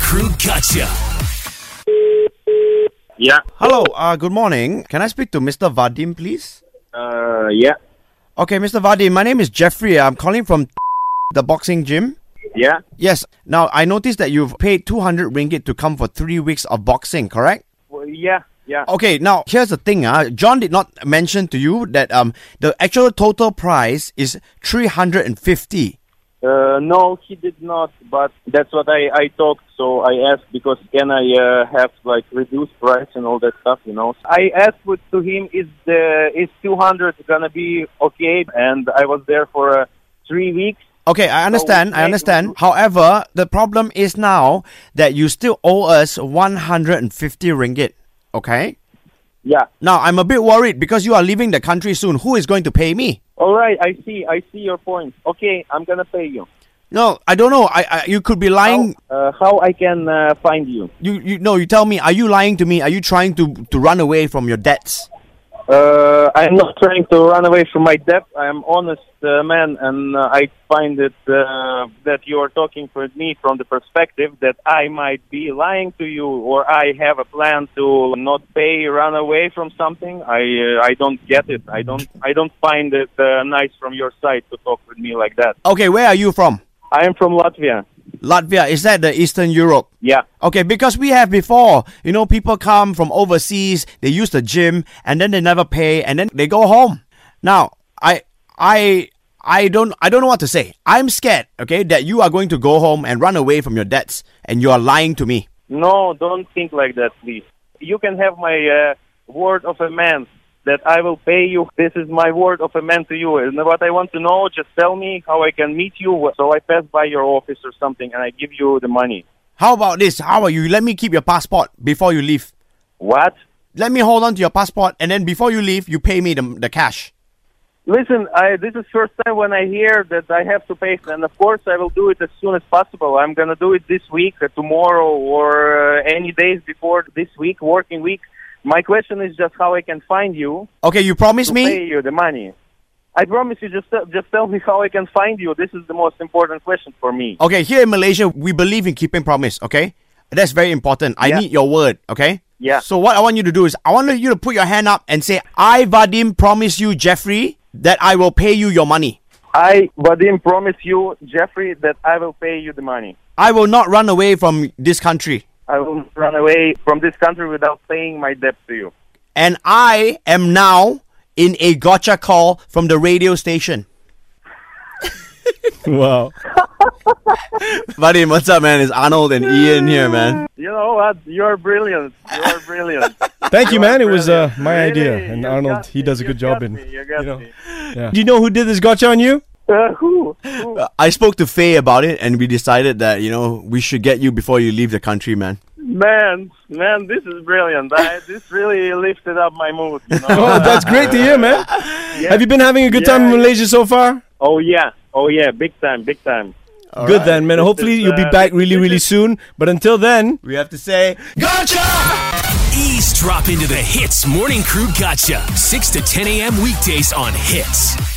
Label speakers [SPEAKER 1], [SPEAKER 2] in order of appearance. [SPEAKER 1] Crew Gotcha.
[SPEAKER 2] Yeah.
[SPEAKER 3] Hello, uh, good morning. Can I speak to Mr. Vadim, please?
[SPEAKER 2] Uh, yeah.
[SPEAKER 3] Okay, Mr. Vadim, my name is Jeffrey. I'm calling from the boxing gym.
[SPEAKER 2] Yeah.
[SPEAKER 3] Yes, now I noticed that you've paid 200 ringgit to come for three weeks of boxing, correct?
[SPEAKER 2] Well, yeah. Yeah.
[SPEAKER 3] Okay, now here's the thing. Uh, John did not mention to you that um, the actual total price is 350.
[SPEAKER 2] Uh, no, he did not. But that's what I I talked. So I asked because can I uh, have like reduced price and all that stuff, you know? I asked with, to him is the is two hundred gonna be okay? And I was there for uh, three weeks.
[SPEAKER 3] Okay, I understand. I
[SPEAKER 2] okay.
[SPEAKER 3] understand. However, the problem is now that you still owe us 150 ringgit. Okay?
[SPEAKER 2] Yeah.
[SPEAKER 3] Now, I'm a bit worried because you are leaving the country soon. Who is going to pay me?
[SPEAKER 2] All right. I see. I see your point. Okay. I'm gonna pay you.
[SPEAKER 3] No, I don't know. I, I you could be
[SPEAKER 2] How,
[SPEAKER 3] lying.
[SPEAKER 2] uh, how I can uh, find you?
[SPEAKER 3] You you no, you tell me. Are you lying to me? Are you trying to to run away from your debts?
[SPEAKER 2] Uh, I'm not trying to run away from my debt. I'm honest uh, man, and uh, I find it uh, that you are talking for me from the perspective that I might be lying to you, or I have a plan to not pay, run away from something. I uh, I don't get it. I don't I don't find it uh, nice from your side to talk with me like that.
[SPEAKER 3] Okay, where are you from?
[SPEAKER 2] I am from Latvia.
[SPEAKER 3] Latvia. Is that the Eastern Europe?
[SPEAKER 2] Yeah,
[SPEAKER 3] Okay, because we have before, you know, people come from overseas, they use the gym, and then they never pay, and then they go home. Now, I, I, I don't, I don't know what to say. I'm scared, okay, that you are going to go home and run away from your debts, and you are lying to me.
[SPEAKER 2] no, don't think like that, please. You can have my uh, word of a man that I will pay you. This is my word of a man to you. And what I want to know, just tell me how I can meet you. So I pass by your office or something, and I give you the money.
[SPEAKER 3] How about this? How are you? Let me keep your passport before you leave.
[SPEAKER 2] What?
[SPEAKER 3] Let me hold on to your passport, and then before you leave, you pay me the, the cash.
[SPEAKER 2] Listen, I, this is first time when I hear that I have to pay, and of course I will do it as soon as possible. I'm gonna do it this week, uh, tomorrow, or uh, any days before this week, working week. My question is just how I can find you.
[SPEAKER 3] Okay, you promise
[SPEAKER 2] to
[SPEAKER 3] me?
[SPEAKER 2] pay you the money. I promise you. Just just tell me how I can find you. This is the most important question for me.
[SPEAKER 3] Okay, here in Malaysia, we believe in keeping promise, okay? That's very important. I
[SPEAKER 2] Yeah.
[SPEAKER 3] need your word, okay?
[SPEAKER 2] Yeah.
[SPEAKER 3] So what I want you to do is I want you to put your hand up and say, I Vadim promise you, Jeffrey, that I will pay you your money.
[SPEAKER 2] I Vadim promise you, Jeffrey, that I will pay you the money.
[SPEAKER 3] I will not run away from this country.
[SPEAKER 2] I will not run away from this country without paying my debt to you.
[SPEAKER 3] And I am now in a gotcha call from the radio station.
[SPEAKER 4] Wow.
[SPEAKER 3] Vadim, what's up, man? It's Arnold and Ian here, man.
[SPEAKER 2] You know what? You're brilliant. You're brilliant.
[SPEAKER 4] Thank you,
[SPEAKER 2] You're
[SPEAKER 4] man. It was uh,
[SPEAKER 2] brilliant.
[SPEAKER 4] my idea.
[SPEAKER 2] Really?
[SPEAKER 4] And
[SPEAKER 2] You
[SPEAKER 4] Arnold,
[SPEAKER 2] got
[SPEAKER 4] he
[SPEAKER 2] me.
[SPEAKER 4] does a
[SPEAKER 2] You
[SPEAKER 4] good job
[SPEAKER 2] got
[SPEAKER 4] in.
[SPEAKER 2] me. You got
[SPEAKER 4] know.
[SPEAKER 2] me.
[SPEAKER 4] Yeah. Do you know who did this gotcha on you?
[SPEAKER 2] Uh, who? Who?
[SPEAKER 3] I spoke to Faye about it and we decided that, you know, we should get you before you leave the country, man.
[SPEAKER 2] Man, man, this is brilliant. I, this really lifted up my mood. You know?
[SPEAKER 4] Oh, that's great to hear, man. Have you been having a good
[SPEAKER 2] Yeah,
[SPEAKER 4] time in
[SPEAKER 2] yeah.
[SPEAKER 4] Malaysia so far?
[SPEAKER 2] oh yeah, oh yeah, big time, big time.
[SPEAKER 4] good then, man.
[SPEAKER 2] This
[SPEAKER 4] Hopefully
[SPEAKER 2] is,
[SPEAKER 4] you'll be
[SPEAKER 2] uh,
[SPEAKER 4] back really,
[SPEAKER 2] this
[SPEAKER 4] really
[SPEAKER 2] is-
[SPEAKER 4] soon. But until then,
[SPEAKER 3] We have to say, gotcha!
[SPEAKER 1] Eavesdrop into the Hits Morning Crew Gotcha. 6 to 10 a.m. weekdays on Hits.